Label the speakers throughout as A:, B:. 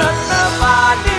A: ரத்னவாணி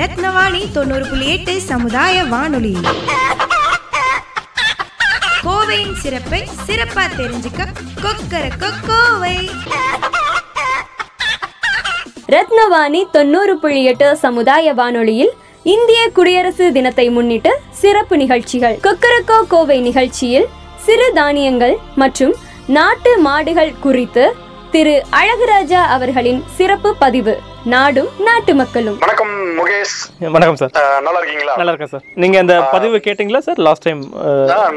B: ரத்னவாணி தொண்ணூறு புள்ளி எட்டு சமுதாய வானொலி கோவையின் சிறப்பை சிறப்பா தெரிஞ்சுக்க கொக்கர கோவை
C: ரத்னவாணி தொண்ணூறு புள்ளி எட்டு சமுதாய வானொலியில் இந்திய குடியரசு தினத்தை முன்னிட்டு சிறப்பு நிகழ்ச்சிகள் கொக்கரக்கோ கோவை நிகழ்ச்சியில் சிறு தானியங்கள் மற்றும் நாட்டு மாடுகள் குறித்து திரு அழகுராஜா அவர்களின் சிறப்பு பதிவு நாடும் நாட்டு மக்களும்
D: வணக்கம் முகேஷ்
E: வணக்கம் சார்
D: அஹ், நல்லா இருக்கீங்களா
E: நல்லா இருக்கேன் சார் நீங்கள் அந்த பதிவு கேட்டிங்களா சார் uh, லாஸ்ட் டைம்
D: ஆ,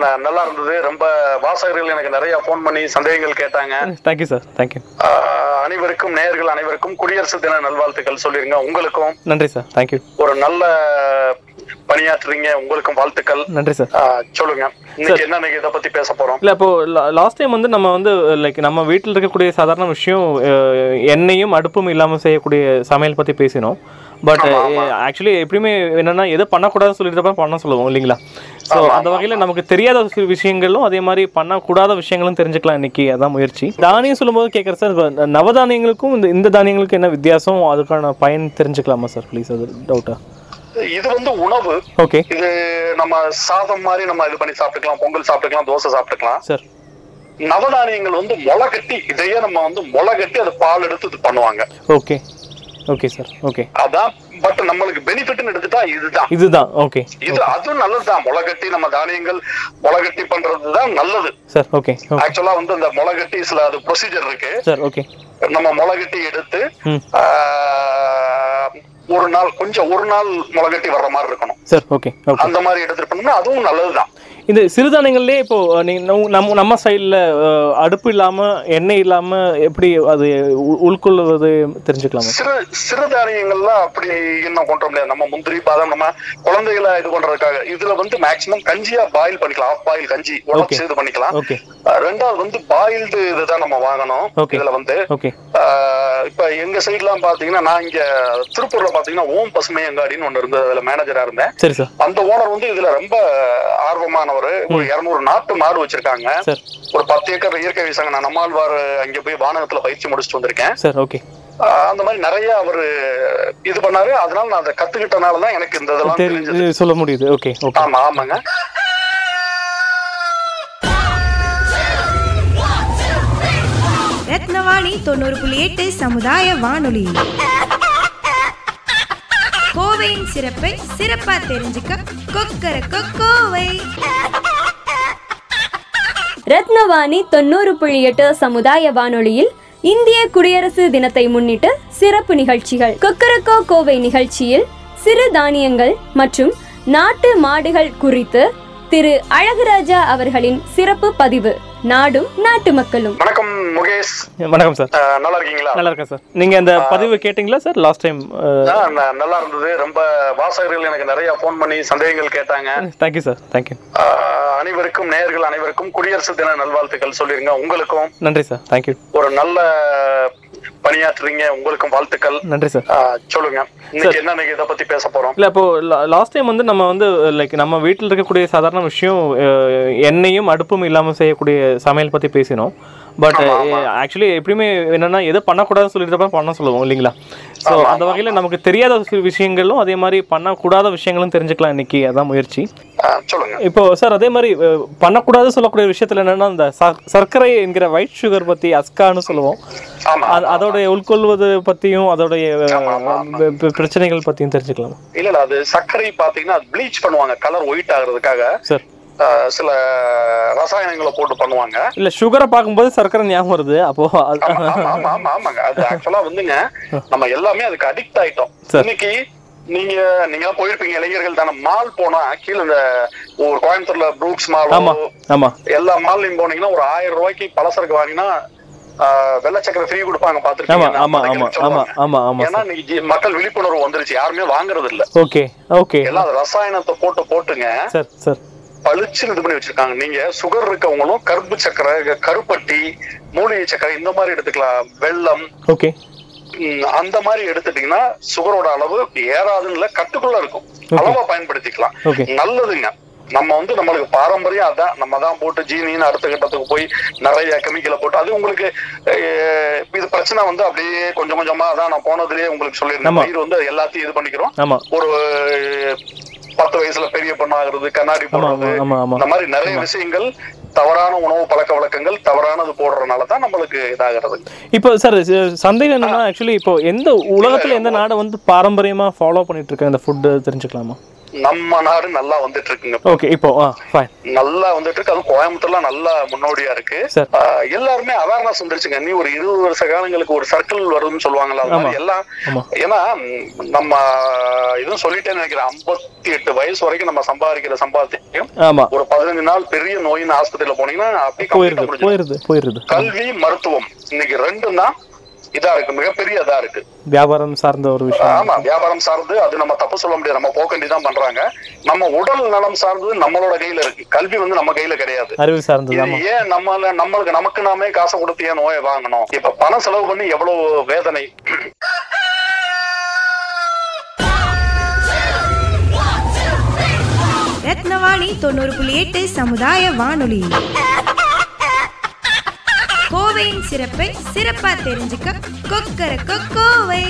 D: ந- நல்லா இருந்தது ரொம்ப வாசகர்கள் எனக்கு நிறைய ஃபோன் பண்ணி சந்தேகங்கள் கேட்டாங்க
E: தேங்க்யூ சார் தேங்க்யூ
D: அஹ், அனைவருக்கும் நேயர்கள் அனைவருக்கும் குடியரசு தின நல்வாழ்த்துக்கள் சொல்லிருங்க உங்களுக்கும்
E: நன்றி சார் தேங்க்யூ
D: ஒரு நல்ல பணியாற்றுறீங்க உங்களுக்கும் வாழ்த்துக்கள்
E: நன்றி சார்
D: அஹ், சொல்லுங்க இன்னைக்கு என்ன இதை பத்தி பேச போறோம்
E: இல்லை இப்போ லாஸ்ட் டைம் வந்து நம்ம வந்து லைக் நம்ம வீட்டில் இருக்கக்கூடிய சாதாரண விஷயம் அஹ், எண்ணெயும் அடுப்பும் இல்லாமல் செய்யக்கூடிய சமையல் பற்றி பேசினோம் பட் ஆக்சுவலி எப்படியுமே என்னன்னா எதை பண்ணக்கூடாதுன்னு சொல்லிட்டு பண்ண சொல்லுவோம் இல்லைங்களா ஸோ அந்த வகையில் நமக்கு தெரியாத சில விஷயங்களும் அதே மாதிரி பண்ணக்கூடாத விஷயங்களும் தெரிஞ்சுக்கலாம் இன்னைக்கு அதான் முயற்சி தானியம் சொல்லும்போது கேட்குறேன் சார் இப்ப நவதானியங்களுக்கும் இந்த இந்த தானியங்களுக்கும் என்ன வித்தியாசம் அதுக்கான பயன் தெரிஞ்சுக்கலாமா சார் ப்ளீஸ் அது டவுட்டா
D: இது வந்து உணவு
E: ஓகே
D: இது நம்ம சாதம் மாதிரி நம்ம இது பண்ணி சாப்பிட்டுக்கலாம் பொங்கல் சாப்பிட்டுக்கலாம் தோசை சாப்பிட்டுக்கலாம்
E: சார்
D: நவதானியங்கள் வந்து முளை கட்டி இதையே நம்ம வந்து முளை கட்டி அதை பால் எடுத்து இது பண்ணுவாங்க
E: ஓகே ஓகே சார் ஓகே
D: அதான் பட் நம்மளுக்கு பெனிஃபிட்னு எடுத்துட்டா இதுதான்
E: இதுதான் ஓகே
D: இது அதுவும் நல்லதுதான் முளைகட்டி நம்ம தானியங்கள் முளைகட்டி பண்றதுதான் நல்லது
E: சார் ஓகே ஓகே
D: ஆக்சுவலா வந்து அந்த முளைகட்டி சில அது ப்ரொசீஜர் இருக்கு
E: சார் ஓகே
D: நம்ம முளைகட்டி எடுத்து
E: ம்.
D: ஆஹ், ஒரு நாள் கொஞ்சம் ஒரு நாள் முளைகட்டி வர்ற மாதிரி இருக்கணும்
E: சார் ஓகே ஓகே
D: அந்த மாதிரி எடுத்துட்டு பண்ணோம்னா அதுவும் நல்லதுதான்
E: இந்த சிறுதானியங்கள்லேயே இப்போ அஹ், நீங்க நம்ம- நம்ம நம்ம சைடில் அடுப்பு இல்லாம எண்ணெய் இல்லாம எப்படி அது உ- உள்கொள்வது தெரிஞ்சுக்கலாமா
D: சிறு சிறுதானியங்கள்லாம் அப்படி இன்னும் கொண்டு வர முடியாது நம்ம முந்திரி பாதாம் நம்ம குழந்தைகளை இது பண்றதுக்காக இதுல வந்து மேக்சிமம் கஞ்சியா பாயில் பண்ணிக்கலாம் ஆஃப் பாயில் கஞ்சி உடச்சு இது பண்ணிக்கலாம்
E: ஓகே
D: ஆஹ், ரெண்டாவது வந்து பாயில்டு இதுதான் நம்ம வாங்கணும்
E: Okay.
D: இதுல வந்து
E: ஓகே
D: ஆஹ் இப்ப எங்க சைட்லாம் பாத்தீங்கன்னா நான் இங்க திருப்பூர்ல பாத்தீங்கன்னா ஓம் பசுமை அங்காடின்னு ஒண்ணு இருந்தது அதுல மேனேஜரா இருந்தேன்
E: சரி சார்
D: அந்த ஓனர் வந்து இதுல ரொம்ப ஆர்வமானவர் ஒரு இருநூறு நாட்டு மாடு வச்சிருக்காங்க
E: சார்
D: ஒரு பத்து ஏக்கர் இயற்கை விவசாயம் நான் நம்மாழ்வார் அங்க போய் வானகத்துல பயிற்சி முடிச்சுட்டு வந்திருக்கேன்
E: சார் ஓகே
D: ஆஹ் அந்த மாதிரி நிறைய அவரு இது பண்ணாரு அதனால நான் அதை கத்துக்கிட்டனாலதான் எனக்கு இந்த இதெல்லாம் தெரிஞ்சது
E: தெரிஞ்சு சொல்ல முடியுது ஓகே ஓகே
D: ஆமா ஆமாங்க
B: ரத்னவாணி தொண்ணூறு புள்ளி எட்டு சமுதாய வானொலி கோவையின் சிறப்பை சிறப்பா தெரிஞ்சுக்க கொக்கர கோவை
C: ரத்னவாணி தொண்ணூறு புள்ளி எட்டு சமுதாய வானொலியில் இந்திய குடியரசு தினத்தை முன்னிட்டு சிறப்பு நிகழ்ச்சிகள் கொக்கரக்கோ கோவை நிகழ்ச்சியில் சிறு தானியங்கள் மற்றும் நாட்டு மாடுகள் குறித்து திரு அழகுராஜா அவர்களின் சிறப்பு பதிவு நாடும் நாட்டு மக்களும்
D: வணக்கம் முகேஷ்
E: வணக்கம் சார்
D: ஆஹ் நல்லா இருக்கீங்களா
E: நல்லா இருக்கேன் சார் நீங்க அந்த பதிவு கேட்டிங்களா சார் லாஸ்ட் டைம்
D: ஆஹ் ந- நல்லா இருந்தது ரொம்ப வாசகர்கள் எனக்கு நிறைய ஃபோன் பண்ணி சந்தேகங்கள் கேட்டாங்க
E: தேங்க்யூ சார் தேங்க்யூ
D: ஆஹ் அனைவருக்கும் நேயர்கள் அனைவருக்கும் குடியரசு தின நல்வாழ்த்துக்கள் சொல்லிருங்க உங்களுக்கும்
E: நன்றி சார் தேங்க்யூ
D: ஒரு நல்ல பணியாற்றுறீங்க உங்களுக்கும் வாழ்த்துக்கள்
E: நன்றி சார்
D: ஆஹ் சொல்லுங்க இன்னைக்கு என்ன இதை பத்தி பேச போறோம்
E: இல்லை இப்போ லாஸ்ட் டைம் வந்து நம்ம வந்து லைக் நம்ம வீட்டில் இருக்கக்கூடிய சாதாரண விஷயம் அஹ், எண்ணெயும் அடுப்பும் இல்லாமல் செய்யக்கூடிய சமையல் பற்றி பேசினோம் பட் ஆக்சுவலி எப்படியுமே என்னன்னா எதை பண்ணக்கூடாதுன்னு சொல்லிட்டு பண்ண சொல்லுவோம் இல்லைங்களா ஸோ அந்த வகையில் நமக்கு தெரியாத சில விஷயங்களும் அதே மாதிரி பண்ணக்கூடாத விஷயங்களும் தெரிஞ்சுக்கலாம் இன்னைக்கு அதான் முயற்சி
D: ஆ, சொல்லுங்க
E: இப்போ சார் அதே மாதிரி அஹ், பண்ணக்கூடாது சொல்லக்கூடிய விஷயத்துல என்னன்னா இந்த ச- சர்க்கரை என்கிற ஒயிட் சுகர் பத்தி அஸ்கான்னு சொல்லுவோம்
D: ஆமா
E: அது- அதோடைய உட்கொள்வது பத்தியும் அதோடைய அஹ், பி- பிரச்சனைகள் பத்தியும் தெரிஞ்சுக்கலாம்
D: இல்ல இல்ல அது சர்க்கரை பாத்தீங்கன்னா அது ப்ளீச் பண்ணுவாங்க கலர் ஒயிட் ஆகுறதுக்காக
E: சார்
D: ஆ, சில ரசாயனங்களை போட்டு பண்ணுவாங்க
E: இல்ல சுகரை பார்க்கும்போது சர்க்கரை ஞாபகம் வருது அப்போ அது-
D: ஆமா, ஆமா, ஆமா, ஆமா, ஆமாங்க அது ஆக்சுவலா வந்துங்க நம்ம எல்லாமே அதுக்கு அடிக்ட் ஆயிட்டோம்
E: சரி.
D: இன்னைக்கு நீங்க நீங்க போயிருப்பீங்க இளைஞர்கள் தானே மால் போனா கீழ இந்த ஒரு கோயம்புத்தூர்ல ப்ரூக்ஸ்
E: ஆமா
D: மால்
E: ஆமா
D: எல்லா மால்லையும் போனீங்கன்னா ஒரு ஆயிரம் ரூபாய்க்கு பலசரக்கு வாங்கினா வெள்ளச்சக்கரை ஃப்ரீ கொடுப்பாங்க
E: ஆமா
D: பாத்துருக்கீங்க
E: ஆமா ஆமா ஆமா ஆமா ஆமா
D: ஏன்னா இன்னைக்கு மக்கள் விழிப்புணர்வு வந்துருச்சு யாருமே வாங்குறது இல்ல
E: ஓகே ஓகே
D: எல்லாம் அது ரசாயனத்தை போட்டு போட்டுங்க
E: சார் சார்
D: பளிச்சுன்னு இது பண்ணி வச்சிருக்காங்க நீங்க சுகர் இருக்கவங்களும் கருப்பு சக்கரை கருப்பட்டி மூலிகை சக்கரை இந்த மாதிரி எடுத்துக்கலாம் வெள்ளம்
E: ஓகே
D: ம், அந்த மாதிரி எடுத்துட்டீங்கன்னா சுகரோட அளவு ஏறாதுன்னு இல்ல, கட்டுக்குள்ள இருக்கும் அளவா பயன்படுத்திக்கலாம்
E: Okay.
D: நல்லதுங்க நம்ம வந்து நம்மளுக்கு பாரம்பரியம் அதான் நம்ம தான் போட்டு ஜீனின்னு அடுத்த கட்டத்துக்கு போய் நிறைய கெமிக்கலை போட்டு அது உங்களுக்கு அஹ், இது பிரச்சனை வந்து அப்படியே கொஞ்சம் கொஞ்சமா அதான் நான் போனதுலயே உங்களுக்கு சொல்லியிருந்தேன்
E: ஆமா.
D: பயிர் வந்து அது எல்லாத்தையும் இது பண்ணிக்கிறோம்
E: ஆமா
D: ஒரு அஹ், பத்து வயசுல பெரிய பெண்ணாகிறது கண்ணாடி
E: ஆமா
D: போடுறது
E: ஆமா ஆமா ஆமா
D: இந்த மாதிரி நிறைய விஷயங்கள் தவறான உணவு பழக்க வழக்கங்கள் தவறானது போடுறதுனால தான் நம்மளுக்கு இதாகிறது
E: இப்போ சார் ச- சந்தேகம் என்னன்னா ஆக்சுவலி இப்போ எந்த உலகத்துல எந்த நாடு வந்து பாரம்பரியமா ஃபாலோ பண்ணிட்டு இருக்க இந்த ஃபுட் தெரிஞ்சுக்கலாமா
D: நம்ம நாடு நல்லா வந்துட்டு இருக்குங்க
E: ஓகே இப்போ ஆ ஃபைன்
D: நல்லா வந்துட்டு இருக்கு அதுவும் கோயம்புத்தூர்ல நல்லா முன்னோடியா இருக்கு
E: சார்
D: ஆஹ் எல்லாருமே அவேர்னஸ் வந்துருச்சுங்க நீ ஒரு இருபது வருஷ காலங்களுக்கு ஒரு சர்க்கிள் வருதுன்னு சொல்லுவாங்கல்ல அது மாதிரி எல்லாம்
E: ஆமா.
D: ஏன்னா ம், நம்ம இதுவும் சொல்லிட்டேன்னு நினைக்கிறேன் ஐம்பத்தி எட்டு வயசு வரைக்கும் நம்ம சம்பாதிக்கிற சம்பாத்தியம்
E: ஆமா
D: ஒரு பதினஞ்சு நாள் பெரிய நோயின்னு ஆஸ்பத்திரியில போனீங்கன்னா அப்படியே complete
E: போயிருது
D: ஆ முடிஞ்சிடும்.
E: போயிருது போயிருது
D: கல்வி மருத்துவம் இன்னைக்கு ரெண்டும் தான் இதா இருக்கு மிகப்பெரிய இதா இருக்கு
E: வியாபாரம் சார்ந்த ஒரு விஷயம்
D: ஆமா வியாபாரம் சார்ந்து அது நம்ம தப்பு சொல்ல முடியாது நம்ம போக்கண்டி தான் பண்றாங்க நம்ம உடல் நலம் சார்ந்து நம்மளோட கையில இருக்கு கல்வி வந்து நம்ம கையில கிடையாது
E: அறிவு சார்ந்தது
D: இது
E: ஆமா
D: ஏன் நம்மள நம்மளுக்கு நமக்கு நாமே காசை கொடுத்து ஏன் நோயை வாங்கணும் இப்ப பணம் செலவு பண்ணி எவ்வளவு வேதனை
B: ரத்னவாணி தொண்ணூறு புள்ளி எட்டு சமுதாய வானொலி கோவையின் சிறப்பை சிறப்பா தெரிஞ்சுக்க கொக்கர கோவை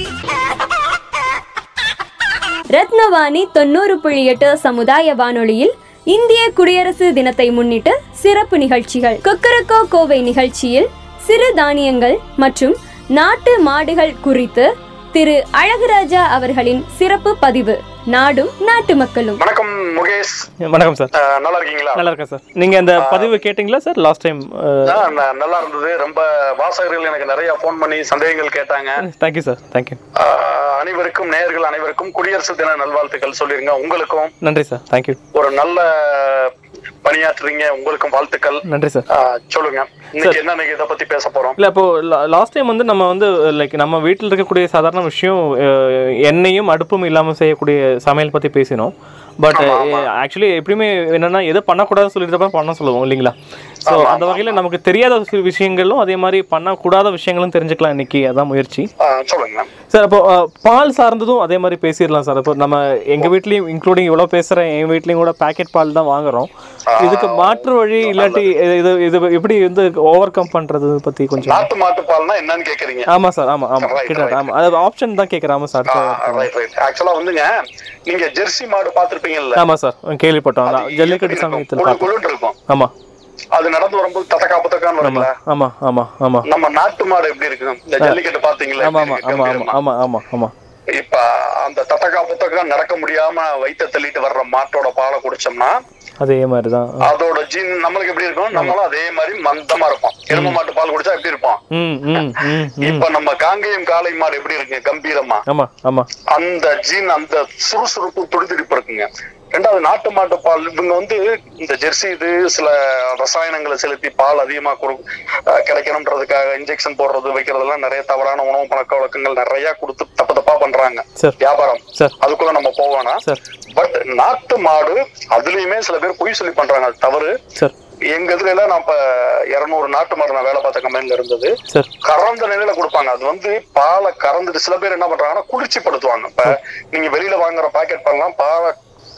C: ரத்னவாணி தொண்ணூறு புள்ளி எட்டு சமுதாய வானொலியில் இந்திய குடியரசு தினத்தை முன்னிட்டு சிறப்பு நிகழ்ச்சிகள் கொக்கரக்கோ கோவை நிகழ்ச்சியில் சிறு தானியங்கள் மற்றும் நாட்டு மாடுகள் குறித்து திரு அழகுராஜா அவர்களின் சிறப்பு பதிவு நாடும் நாட்டு மக்களும்
D: வணக்கம் முகேஷ்
E: வணக்கம் சார்
D: அஹ், நல்லா இருக்கீங்களா
E: நல்லா இருக்கேன் சார் நீங்க அந்த பதிவு கேட்டிங்களா சார் லாஸ்ட் டைம்
D: ஆஹ், ந- நல்லா இருந்தது ரொம்ப வாசகர்கள் எனக்கு நிறைய ஃபோன் பண்ணி சந்தேகங்கள் கேட்டாங்க
E: தேங்க்யூ சார் தேங்க்யூ
D: ஆஹ், அனைவருக்கும் நேயர்கள் அனைவருக்கும் குடியரசு தின நல்வாழ்த்துக்கள் சொல்லிருங்க உங்களுக்கும்
E: நன்றி சார் தேங்க்யூ
D: ஒரு நல்ல பணியாற்றுறீங்க உங்களுக்கும் வாழ்த்துக்கள்
E: நன்றி சார்
D: ஆஹ், சொல்லுங்க இன்னைக்கு என்ன இதை பத்தி பேச போறோம்
E: இல்லை இப்போ லாஸ்ட் டைம் வந்து நம்ம வந்து லைக் நம்ம வீட்டில் இருக்கக்கூடிய சாதாரண விஷயம் அஹ், எண்ணெயும் அடுப்பும் இல்லாமல் செய்யக்கூடிய சமையல் பற்றி பேசினோம் பட் ஆக்சுவலி எப்படியுமே என்னன்னா எதை பண்ணக்கூடாதுன்னு சொல்லிட்டு பண்ண சொல்லுவோம் இல்லைங்களா ஸோ அந்த வகையில் நமக்கு தெரியாத சில விஷயங்களும் அதே மாதிரி பண்ணக்கூடாத விஷயங்களும் தெரிஞ்சுக்கலாம் இன்னைக்கு அதான் முயற்சி
D: ஆஹ், சொல்லுங்க
E: சார் அப்போ அஹ், பால் சார்ந்ததும் அதே மாதிரி பேசிடலாம் சார் இப்போ நம்ம எங்கள் வீட்லேயும் இன்க்ளூடிங் இவ்வளோ பேசுகிறேன் என் வீட்லேயும் கூட பேக்கெட் பால் தான் வாங்குறோம் இதுக்கு மாற்று வழி இல்லாட்டி இது இது எப்படி வந்து ஓவர் கம் பண்ணுறது பற்றி கொஞ்சம்
D: நாட்டு மாட்டு பால்னா என்னன்னு கேக்குறீங்க
E: ஆமா சார் ஆமா ஆமா
D: Right,
E: கிட்ட
D: right.
E: ஆமா அது ஆப்ஷன் தான் கேக்குறேன் ஆமா சார்
D: ரைட் ரைட் ஆக்சுவலா வந்துங்க நீங்க ஜெர்சி மாடு பாத்திருப்பீங்கல்ல
E: ஆமா சார் கேள்விப்பட்டோம் நான் ஜல்லிக்கட்டு சமயத்தில் பார்த்தோம்
D: குழுன்னு இருக்கும்
E: ஆமா
D: அது நடந்து வரும்போது தசக்கா பத்தக்கான்னு
E: ஆமா
D: வருங்களா
E: ஆமா ஆமா ஆமா
D: நம்ம நாட்டு மாடு எப்படி இருக்கு இந்த ஜல்லிக்கட்டு பாத்தீங்களா
E: ஆமா ஆமா ஆமா ஆமா ஆமா ஆமா ஆமா
D: இப்ப அந்த தத்தக்கா புத்தக்கா நடக்க முடியாம வயித்த தள்ளிட்டு வர்ற மாட்டோட பாலை குடிச்சோம்னா
E: அதே மாதிரி தான்
D: அதோட ஜீன் நம்மளுக்கு எப்படி இருக்கும் நம்மளும் அதே மாதிரி மந்தமா இருப்போம் எரும மாட்டு பால் குடிச்சா எப்படி இருப்போம்
E: ம் ம் ம் ம்
D: இப்ப நம்ம காங்கேயம் காளை மாடு எப்படி இருக்குங்க கம்பீரமா
E: ஆமா ஆமா
D: அந்த ஜீன் அந்த சுறுசுறுப்பு துடிதுடிப்பு இருக்குங்க ரெண்டாவது நாட்டு மாட்டு பால் இவங்க வந்து இந்த ஜெர்சி இது சில ரசாயனங்களை செலுத்தி பால் அதிகமா குறு- அஹ் கிடைக்கணுன்றதுக்காக இன்ஜெக்ஷன் போடுறது வைக்கிறதெல்லாம் நிறைய தவறான உணவு பழக்க வழக்கங்கள் நிறைய கொடுத்து தப்பு தப்பா பண்றாங்க
E: சார்
D: வியாபாரம்
E: சார்
D: அதுக்குள்ள நம்ம போவானா
E: சார்
D: பட் நாட்டு மாடு அதுலயுமே சில பேர் பொய் சொல்லி பண்றாங்க அது தவறு
E: சார்
D: எங்க இதுல எல்லாம் நான் இப்ப இருநூறு நாட்டு மாடு நான் வேலை பார்த்த கம்பெனில இருந்தது
E: சார்
D: கறந்த நிலையில கொடுப்பாங்க அது வந்து பாலை கறந்துட்டு சில பேர் என்ன பண்றாங்கன்னா குளிர்ச்சிப்படுத்துவாங்க இப்ப நீங்க வெளியில வாங்குற பாக்கெட் பண்ணலாம் பாலை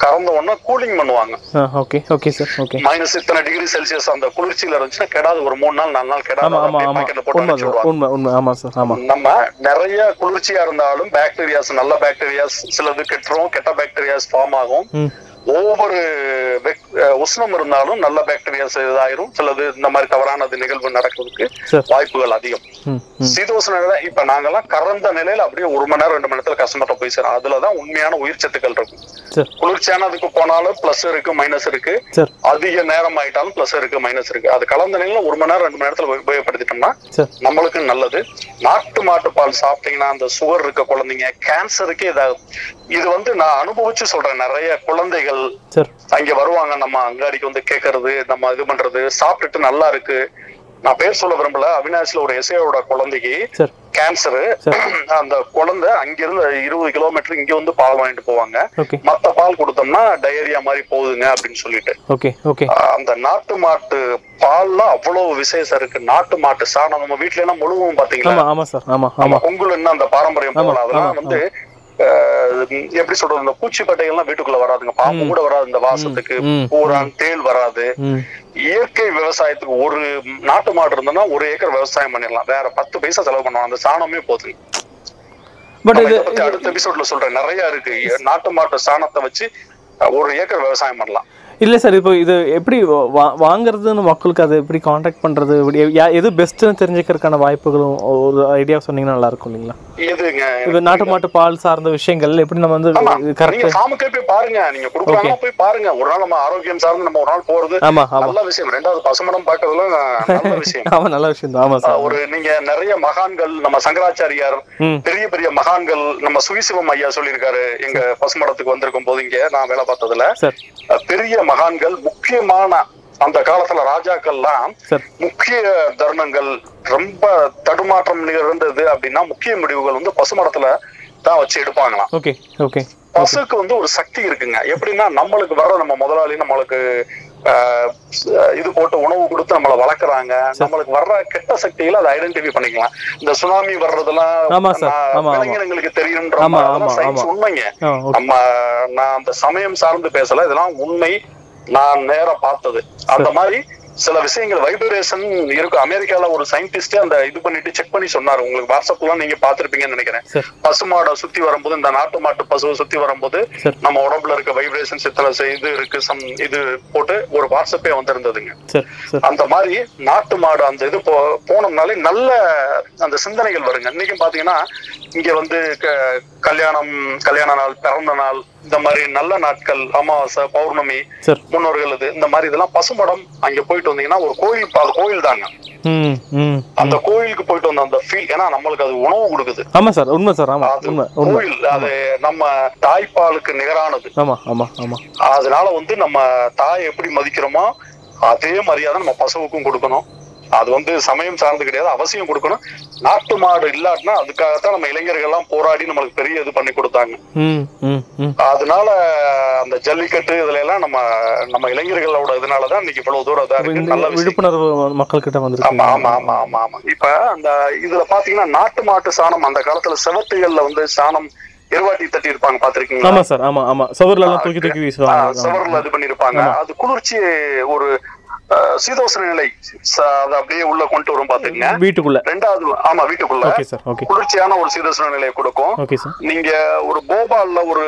D: கறந்த உடனே கூலிங் பண்ணுவாங்க
E: okay okay sir okay
D: minus இத்தனை டிகிரி செல்சியஸ் அந்த குளிர்ச்சியில இருந்துச்சுன்னா கெடாது ஒரு மூணு நாள் நாலு நாள்
E: ஆமா
D: கெடாது
E: ஆமா ஆமா
D: பாக்கெட்ல போட்டு
E: உண்மை
D: அனுப்பிச்சு
E: சார்
D: விடுவாங்க.
E: உண்மை உண்மை ஆமா சார் ஆமா
D: நம்ம நிறைய குளிர்ச்சியா இருந்தாலும் பாக்டீரியாஸ் நல்ல பாக்டீரியாஸ் சிலது கெட்டுரும் கெட்ட பாக்டீரியாஸ் ஃபார்ம் ஆகும்
E: ம்
D: ஒவ்வொரு வெக்- அஹ் உஷ்ணம் இருந்தாலும் நல்ல பாக்டீரியாஸ் இதாயிரும் சிலது இந்த மாதிரி தவறானது நிகழ்வு நடக்கிறதுக்கு
E: Sir.
D: வாய்ப்புகள் அதிகம்
E: ம்
D: சீதோஷ நிலை இப்ப நாங்கெல்லாம் கறந்த நிலையில அப்படியே ஒரு மணி நேரம் ரெண்டு மணி நேரத்துல கஸ்டமர்ட்ட போய் சேரும் அதுலதான் உண்மையான உயிர் சத்துக்கள் இருக்கும்
E: சார்
D: குளிர்ச்சியானதுக்கு போனாலும் பிளஸ் இருக்கு மைனஸ் இருக்கு
E: சார்
D: அதிக நேரம் ஆயிட்டாலும் பிளஸ் இருக்கு மைனஸ் இருக்கு அது கலந்த நிலையில ஒரு மணி நேரம் ரெண்டு மணி நேரத்துல உபயோ- உபயோகப்படுத்திட்டோம்னா
E: சார்
D: நம்மளுக்கு நல்லது நாட்டு மாட்டு பால் சாப்பிட்டீங்கன்னா அந்த சுகர் இருக்க குழந்தைங்க கேன்சருக்கே இதாகும் இது வந்து நான் அனுபவிச்சு சொல்றேன் நிறைய குழந்தைகள்
E: சார்
D: அங்க வருவாங்க நம்ம அங்காடிக்கு வந்து கேட்கறது நம்ம இது பண்றது சாப்பிட்டுட்டு நல்லா இருக்கு நான் பேர் சொல்ல விரும்பல அவினாஷ்ல ஒரு எஸ்ஏவோட குழந்தைக்கு
E: சார்
D: கேன்சரு அந்த குழந்தை அங்கிருந்து இருபது கிலோமீட்டர் இங்க வந்து பால் வாங்கிட்டு போவாங்க
E: ஓகே
D: மத்த பால் கொடுத்தோம்னா டயரியா மாதிரி போகுதுங்க அப்படின்னு சொல்லிட்டு
E: ஓகே ஓகே
D: ஆஹ் அந்த நாட்டு மாட்டு பால்ல அவ்வளவு விசேஷம் இருக்கு நாட்டு மாட்டு சாணம் நம்ம வீட்ல எல்லாம் முழுவும்
E: ஆமா
D: பாத்தீங்களா
E: ஆமா சார் ஆமா
D: நம்ம
E: ஆமா
D: பொங்கல் என்ன அந்த பாரம்பரியம்
E: ஆமா,
D: போகலாம் அதெல்லாம்
E: ஆமா,
D: வந்து ஆஹ், எப்படி சொல்றது இந்த பூச்சிப்பட்டைகள்லாம் வீட்டுக்குள்ள வராதுங்க பாம்பு கூட வராது இந்த வாசத்துக்கு
E: ம்,
D: பூரான் தேள் வராது
E: ம்
D: இயற்கை விவசாயத்துக்கு ஒரு நாட்டு மாடு இருந்ததுன்னா ஒரு ஏக்கர் விவசாயம் பண்ணிடலாம் வேற பத்து பைசா செலவு பண்ணுவோம் அந்த சாணமே போதும்
E: பட்
D: நம்ம
E: இது
D: இதை பத்தி அடுத்த எபிசோட்ல சொல்றேன் நிறைய இருக்கு நாட்டு மாட்டு சாணத்தை வச்சு அஹ், ஒரு ஏக்கர் விவசாயம் பண்ணலாம்
E: இல்ல சார் இப்போ இது எப்படி வா- வாங்குறதுன்னு மக்களுக்கு அது எப்படி காண்டாக்ட் பண்றது எப்படி- யா- எது பெஸ்ட்னு தெரிஞ்சுக்கிறதுக்கான வாய்ப்புகளும் ஒரு ஐடியா சொன்னீங்கன்னா நல்லா இருக்கும் இல்லைங்களா
D: இதுங்க
E: இப்போ நாட்டு மாட்டு பால் சார்ந்த விஷயங்கள் எப்படி நம்ம
D: ஆமா
E: வந்து
D: நீங்க
E: கரெக்ட்
D: ஃபார்முக்கே போய் பாருங்க நீங்க குடுக்குறாங்க போய் பாருங்க ஒரு நாள் நம்ம ஆரோக்கியம் சார்ந்து நம்ம ஒரு நாள் போறது
E: ஆமா ஆமா
D: நல்ல விஷயம் ரெண்டாவது பசுமணம் பார்க்கறதுல நல்ல விஷயம்
E: ஆமா நல்ல விஷயம் தான் ஆமா
D: ஆஹ்
E: சார்
D: ஒரு நீங்க நிறைய மகான்கள் நம்ம சங்கராச்சாரியார்
E: ம்.
D: பெரிய பெரிய மகான்கள் நம்ம சுயசிவம் ஐயா சொல்லியிருக்காரு எங்க பசுமடத்துக்கு வந்திருக்கும் போது இங்க நான் வேலை பார்த்ததுல
E: சார்
D: அஹ் பெரிய மகான்கள் முக்கியமான அந்த காலத்துல ராஜாக்கள்லாம்
E: சார்
D: முக்கிய தருணங்கள் ரொம்ப தடுமாற்றம் இருந்தது அப்படின்னா முக்கிய முடிவுகள் வந்து பசுமடத்துல தான் வச்சு எடுப்பாங்களாம்
E: ஓகே ஓகே
D: பசுக்கு வந்து ஒரு சக்தி இருக்குங்க எப்படின்னா நம்மளுக்கு வர்ற நம்ம முதலாளி நம்மளுக்கு ஆஹ், ஸ்- இது போட்டு உணவு கொடுத்து நம்மள வளர்க்குறாங்க நம்மளுக்கு வர்ற கெட்ட சக்திகளை அதை ஐடென்டிஃபை பண்ணிக்கலாம் இந்த சுனாமி வர்றதெல்லாம்
E: ஆமா sir.
D: நான்
E: ஆமா, ஆமா.
D: விலங்கினங்களுக்கு தெரியுன்ற
E: ஆமா,
D: மாதிரி
E: ஆமா,
D: அதெல்லாம் science
E: ஆமா.
D: உண்மைங்க
E: ஆ ஓகே
D: நம்ம நான் அந்த சமயம் சார்ந்து பேசல இதெல்லாம் உண்மை நான் நேரா பார்த்தது அந்த மாதிரி சில விஷயங்கள் வைப்ரேஷன் இருக்கும் அமெரிக்கால ஒரு சயின்டிஸ்ட் அந்த இது பண்ணிட்டு செக் பண்ணி சொன்னாரு உங்களுக்கு வாட்ஸ்அப்லாம் நீங்க பாத்திருப்பீங்கன்னு நினைக்கிறேன்
E: சார்
D: பசுமாடை சுத்தி வரும்போது இந்த நாட்டு மாட்டு பசுவை சுத்தி வரும்போது
E: Sir.
D: நம்ம உடம்புல இருக்க வைப்ரேஷன் சித்தல இது இருக்கு சம் இது போட்டு ஒரு வாட்ஸ்அப்பே வந்திருந்ததுங்க
E: சார் சார்
D: அந்த மாதிரி நாட்டு மாடு அந்த இது போ போனோம்னாலே நல்ல அந்த சிந்தனைகள் வருங்க இன்னைக்கும் பாத்தீங்கன்னா இங்க வந்து க- கல்யாணம் கல்யாண நாள் பிறந்த நாள் இந்த மாதிரி நல்ல நாட்கள் அமாவாசை பௌர்ணமி
E: சார்
D: முன்னோர்கள் இது இந்த மாதிரி இதெல்லாம் பசுமடம் அங்க போயிட்டு வந்தீங்கன்னா ஒரு கோயில் பா- கோயில் தாங்க
E: ம் ம்
D: அந்த கோயிலுக்கு போயிட்டு வந்த அந்த ஃபீல் ஏன்னா நம்மளுக்கு அது உணவு கொடுக்குது
E: ஆமா சார் உண்மை சார் ஆமா
D: அது
E: உண்மை உண்மை
D: கோயில் அது நம்ம தாய்ப்பாலுக்கு நிகரானது
E: ஆமா ஆமா ஆமா
D: அதனால வந்து நம்ம தாயை எப்படி மதிக்கிறோமோ அதே மரியாதை நம்ம பசுவுக்கும் கொடுக்கணும் அது வந்து சமயம் சார்ந்து கிடையாது அவசியம் கொடுக்கணும் நாட்டு மாடு இல்லாட்டினா அதுக்காகத்தான் நம்ம இளைஞர்கள்லாம் போராடி நம்மளுக்கு பெரிய இது பண்ணி கொடுத்தாங்க
E: ம் ம் ம்
D: அதனால அந்த ஜல்லிக்கட்டு இதுல எல்லாம் நம்ம நம்ம இளைஞர்களோட இதனாலதான் இன்னைக்கு இவ்வளவு தூரம் இதா
E: இப்போ
D: இருக்கு
E: இந்த
D: நல்ல விஷயம்
E: விழிப்புணர்வு மக்கள்கிட்ட
D: ஆமா
E: வந்திருக்கு
D: ஆமா ஆமா ஆமா ஆமா இப்ப அந்த இதுல பாத்தீங்கன்னா நாட்டு மாட்டு சாணம் அந்த காலத்துல செவத்துகள்ல வந்து சாணம் இருவாட்டி தட்டி இருப்பாங்க பாத்திருக்கீங்களா
E: ஆமா சார் ஆமா ஆமா சுவர்ல எல்லாம் தூக்கி தூக்கி
D: ஆ,
E: வீசுவாங்க
D: சுவர்ல இது பண்ணிருப்பாங்க அது குளிர்ச்சி ஒரு அஹ், சீதோஷ்ண நிலை ச- அது அப்படியே உள்ள கொண்டு வரும் பாத்துக்கங்க
E: வீட்டுக்குள்ள
D: ரெண்டாவது ஆமா வீட்டுக்குள்ள
E: ஓகே சார் ஓகே
D: குளிர்ச்சியான ஒரு சீதோஷ்ண நிலையை கொடுக்கும்
E: ஓகே சார்
D: நீங்க ஒரு போபால்ல ஒரு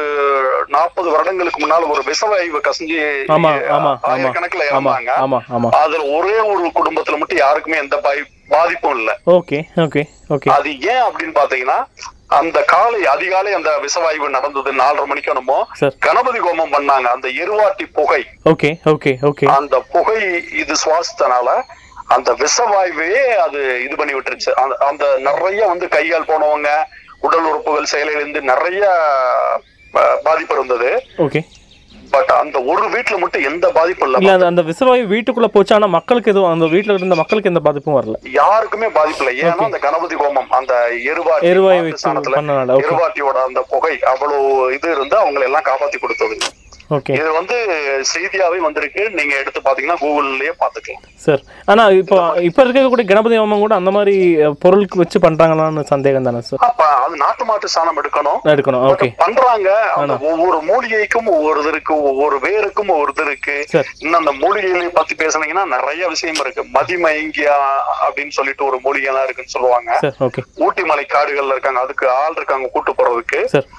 D: நாற்பது வருடங்களுக்கு முன்னால ஒரு விஷவாயு கசிஞ்சு
E: ஆமா ஆமா ஆமா
D: ஆயிரக்கணக்கில்
E: ஆமா
D: இறந்தாங்க
E: ஆமா ஆமா
D: அதுல ஒரே ஒரு குடும்பத்துல மட்டும் யாருக்குமே எந்த பாய்- பாதிப்பும் இல்ல
E: ஓகே ஓகே ஓகே
D: அது ஏன் அப்படின்னு பாத்தீங்கன்னா அந்த காலை அதிகாலை அந்த விஷவாயு நடந்தது நாலரை மணிக்கு என்னமோ
E: சார்
D: கணபதி கோமம் பண்ணாங்க அந்த எருவாட்டி புகை
E: ஓகே ஓகே ஓகே
D: அந்த புகை இது சுவாசித்தனால அந்த விஷவாயுவே அது இது பண்ணி விட்டுருச்சு அந்த- அந்த நிறைய வந்து கையால் போனவங்க உடல் உறுப்புகள் செயலிழந்து நிறைய அஹ், பாதிப்பு இருந்தது
E: ஓகே
D: பட் அந்த ஒரு வீட்டுல மட்டும் எந்த பாதிப்பும்
E: இல்ல
D: இல்ல
E: அந்த அந்த விசவாயு வீட்டுக்குள்ள போச்சு ஆனா மக்களுக்கு எதுவும் அந்த வீட்டுல இருந்த மக்களுக்கு எந்த பாதிப்பும் வரல
D: யாருக்குமே பாதிப்பு இல்லை ஏன்னா அந்த கணபதி கோமம் அந்த எருவாட்டி
E: எருவாயு
D: மாட்டு
E: வச்சு
D: சாணத்துல
E: பண்ணனால, okay.
D: எருவாட்டியோட அந்த புகை அவ்வளவு இது இருந்து அவங்களை எல்லாம் காப்பாத்தி கொடுத்தது
E: ஓகே
D: இது வந்து செய்தியாவே வந்திருக்கு நீங்க எடுத்து பாத்தீங்கன்னா கூகுள்லயே பாத்துக்கலாம்
E: சார் ஆனா இப்போ இப்போ இருக்கக்கூடிய கணபதி ஹோமம் கூட அந்த மாதிரி அஹ், பொருளுக்கு வச்சு பண்றாங்களான்னு சந்தேகம் தானே சார்
D: அப்ப அது நாட்டு மாட்டு சாணம் எடுக்கணும்
E: எடுக்கணும்
D: பட்
E: ஓகே
D: பண்றாங்க அந்த ஒவ்வொரு மூலிகைக்கும் ஒவ்வொரு இது இருக்கு ஒவ்வொரு வேருக்கும் ஒவ்வொரு இது இருக்கு
E: சரி.
D: இன்னும் அந்த மூலிகைகளை பத்தி பேசுனீங்கன்னா நிறைய விஷயம் இருக்கு மதிமயங்கியா அப்படின்னு சொல்லிட்டு ஒரு மூலிகை எல்லாம் இருக்குன்னு சொல்லுவாங்க
E: சார் ஓகே
D: ஊட்டி மலை காடுகள்ல இருக்காங்க அதுக்கு ஆள் இருக்காங்க கூட்டு போறதுக்கு
E: சார்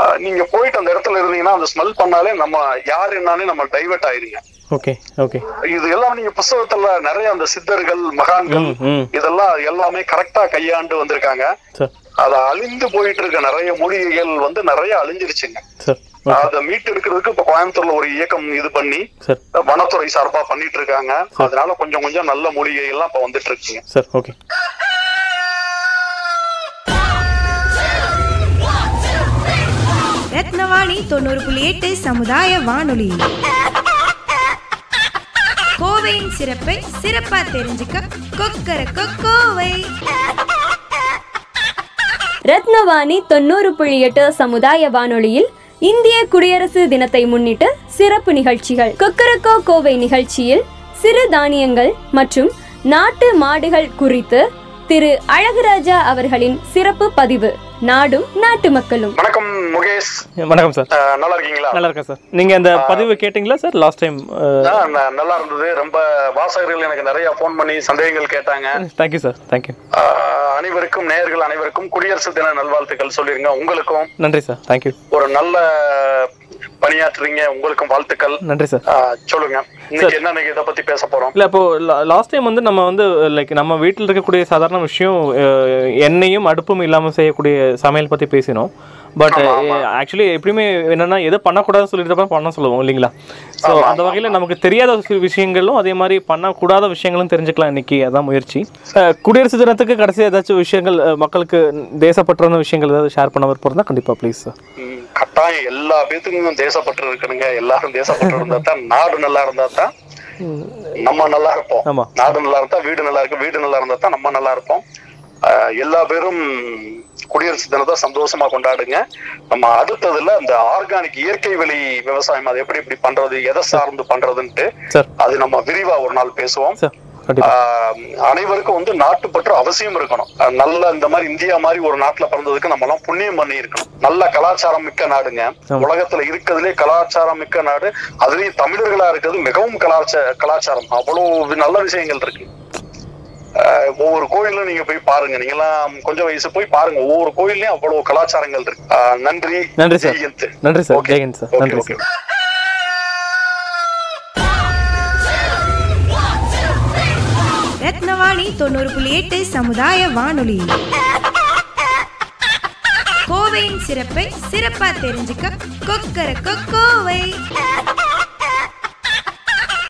D: ஆஹ் நீங்க போயிட்டு அந்த இடத்துல இருந்தீங்கன்னா அந்த ஸ்மெல் பண்ணாலே நம்ம யார் என்னாலே நம்ம டைவர்ட் ஆயிருங்க
E: ஓகே ஓகே
D: இது எல்லாம் நீங்க புஸ்தகத்துல நிறைய அந்த சித்தர்கள் மகான்கள்
E: ம் ம்
D: இதெல்லாம் எல்லாமே கரெக்டா கையாண்டு வந்திருக்காங்க
E: சார்
D: அது அழிந்து போயிட்டு இருக்க நிறைய மூலிகைகள் வந்து நிறைய அழிஞ்சிருச்சுங்க
E: சார் ஓகே
D: அதை மீட்டு எடுக்கிறதுக்கு இப்ப கோயம்புத்தூர்ல ஒரு இயக்கம் இது பண்ணி
E: சார்
D: வனத்துறை சார்பா பண்ணிட்டு இருக்காங்க அதனால கொஞ்சம் கொஞ்சம் நல்ல மூலிகைகள் எல்லாம் இப்ப வந்துட்டு இருக்குங்க
E: சார் ஓகே
B: ரத்னவாணி தொண்ணூறு புள்ளி எட்டு சமுதாய வானொலி கோவையின் சிறப்பை சிறப்பா தெரிஞ்சுக்க கொக்கரக்கோ கோவை
C: ரத்னவாணி தொண்ணூறு புள்ளி எட்டு சமுதாய வானொலியில் இந்திய குடியரசு தினத்தை முன்னிட்டு சிறப்பு நிகழ்ச்சிகள் கொக்கரக்கோ கோவை நிகழ்ச்சியில் சிறு தானியங்கள் மற்றும் நாட்டு மாடுகள் குறித்து திரு அழகுராஜா அவர்களின் சிறப்பு பதிவு நாடும் நாட்டு மக்களும்
D: வணக்கம் முகேஷ்
E: வணக்கம் சார்
D: ஆஹ் நல்லா இருக்கீங்களா
E: நல்லா இருக்கேன் சார் நீங்க அந்த பதிவு கேட்டிங்களா சார் லாஸ்ட் டைம்
D: ஆஹ் ந- நல்லா இருந்தது ரொம்ப வாசகர்கள் எனக்கு நிறைய ஃபோன் பண்ணி சந்தேகங்கள் கேட்டாங்க
E: தேங்க்யூ சார் தேங்க்யூ
D: ஆஹ் அனைவருக்கும் நேயர்கள் அனைவருக்கும் குடியரசு தின நல்வாழ்த்துக்கள் சொல்லிருங்க உங்களுக்கும்
E: நன்றி சார் தேங்க்யூ
D: ஒரு நல்ல பணியாற்றுறீங்க உங்களுக்கும் வாழ்த்துக்கள்
E: நன்றி சார்
D: ஆஹ் சொல்லுங்க இன்னைக்கு என்ன இதை பத்தி பேச போறோம்
E: இல்ல இப்போ லாஸ்ட் டைம் வந்து நம்ம வந்து லைக் நம்ம வீட்டில் இருக்கக்கூடிய சாதாரண விஷயம் அஹ், எண்ணெயும் அடுப்பும் இல்லாமல் செய்யக்கூடிய சமையல் பத்தி பேசினோம் பட் ஆக்சுவலி எப்படியுமே என்னன்னா எது பண்ணக்கூடாதுன்னு சொல்லிட்டு பண்ண சொல்லுவோம் இல்லைங்களா ஸோ அந்த வகையில நமக்கு தெரியாத சில விஷயங்களும் அதே மாதிரி பண்ணக்கூடாத விஷயங்களும் தெரிஞ்சுக்கலாம் இன்னைக்கு அதான் முயற்சி அஹ், குடியரசு தினத்துக்கு கடைசி ஏதாச்சும் விஷயங்கள் அஹ், மக்களுக்கு தேசப்பற்றான விஷயங்கள் ஏதாவது ஷேர் பண்ண விருப்பம் கண்டிப்பா ப்ளீஸ் சார்
D: ம், கட்டாயம் எல்லா பேத்துக்கும் தேசப்பற்று இருக்கணுங்க எல்லாரும் தேசப்பற்று இருந்தா தான் நாடு நல்லா இருந்தா தான் நம்ம நல்லா இருப்போம்
E: ஆமா.
D: நாடு நல்லா இருந்தா வீடு நல்லா இருக்கு வீடு நல்லா இருந்தா தான் நம்ம நல்லா இருப்போம் ஆஹ் எல்லா பேரும் குடியரசு தினத்தை சந்தோஷமா கொண்டாடுங்க நம்ம அடுத்ததுல இந்த ஆர்கானிக் இயற்கை வழி விவசாயம் அது எப்படி எப்படி பண்றது எதை சார்ந்து பண்றதுன்ட்டு
E: சார்
D: அது நம்ம விரிவா ஒரு நாள் பேசுவோம்
E: சார் கண்டிப்பா
D: ஆஹ் அனைவருக்கும் வந்து நாட்டுப்பற்று அவசியம் இருக்கணும் ஆஹ் நல்ல இந்த மாதிரி இந்தியா மாதிரி ஒரு நாட்டுல பிறந்ததுக்கு நம்ம எல்லாம் புண்ணியம் பண்ணி இருக்கணும் நல்ல கலாச்சாரம் மிக்க நாடுங்க உலகத்துல இருக்கிறதுலே கலாச்சாரம் மிக்க நாடு அதுலயும் தமிழர்களா இருக்கிறது மிகவும் கலாச்சார கலாச்சாரம் அவ்வளவு நல்ல விஷயங்கள் இருக்கு ஆஹ் ஒவ்வொரு கோயிலும் நீங்க போய் பாருங்க நீங்க எல்லாம் கொஞ்சம் வயசு போய் பாருங்க ஒவ்வொரு கோயில்லயும் அவ்வளவு கலாச்சாரங்கள் இருக்கு ஆஹ் நன்றி
E: நன்றி சார்.
D: ஜெய் ஹிந்த்.
E: நன்றி sir
D: Okay.
E: Jayagan sir
D: Okay,
E: நன்றி
D: okay.
E: சார்
B: ரத்னவாணி தொண்ணூறு புள்ளி எட்டு சமுதாய வானொலி கோவையின் சிறப்பை சிறப்பா தெரிஞ்சுக்க கொக்கரக்கோ கோவை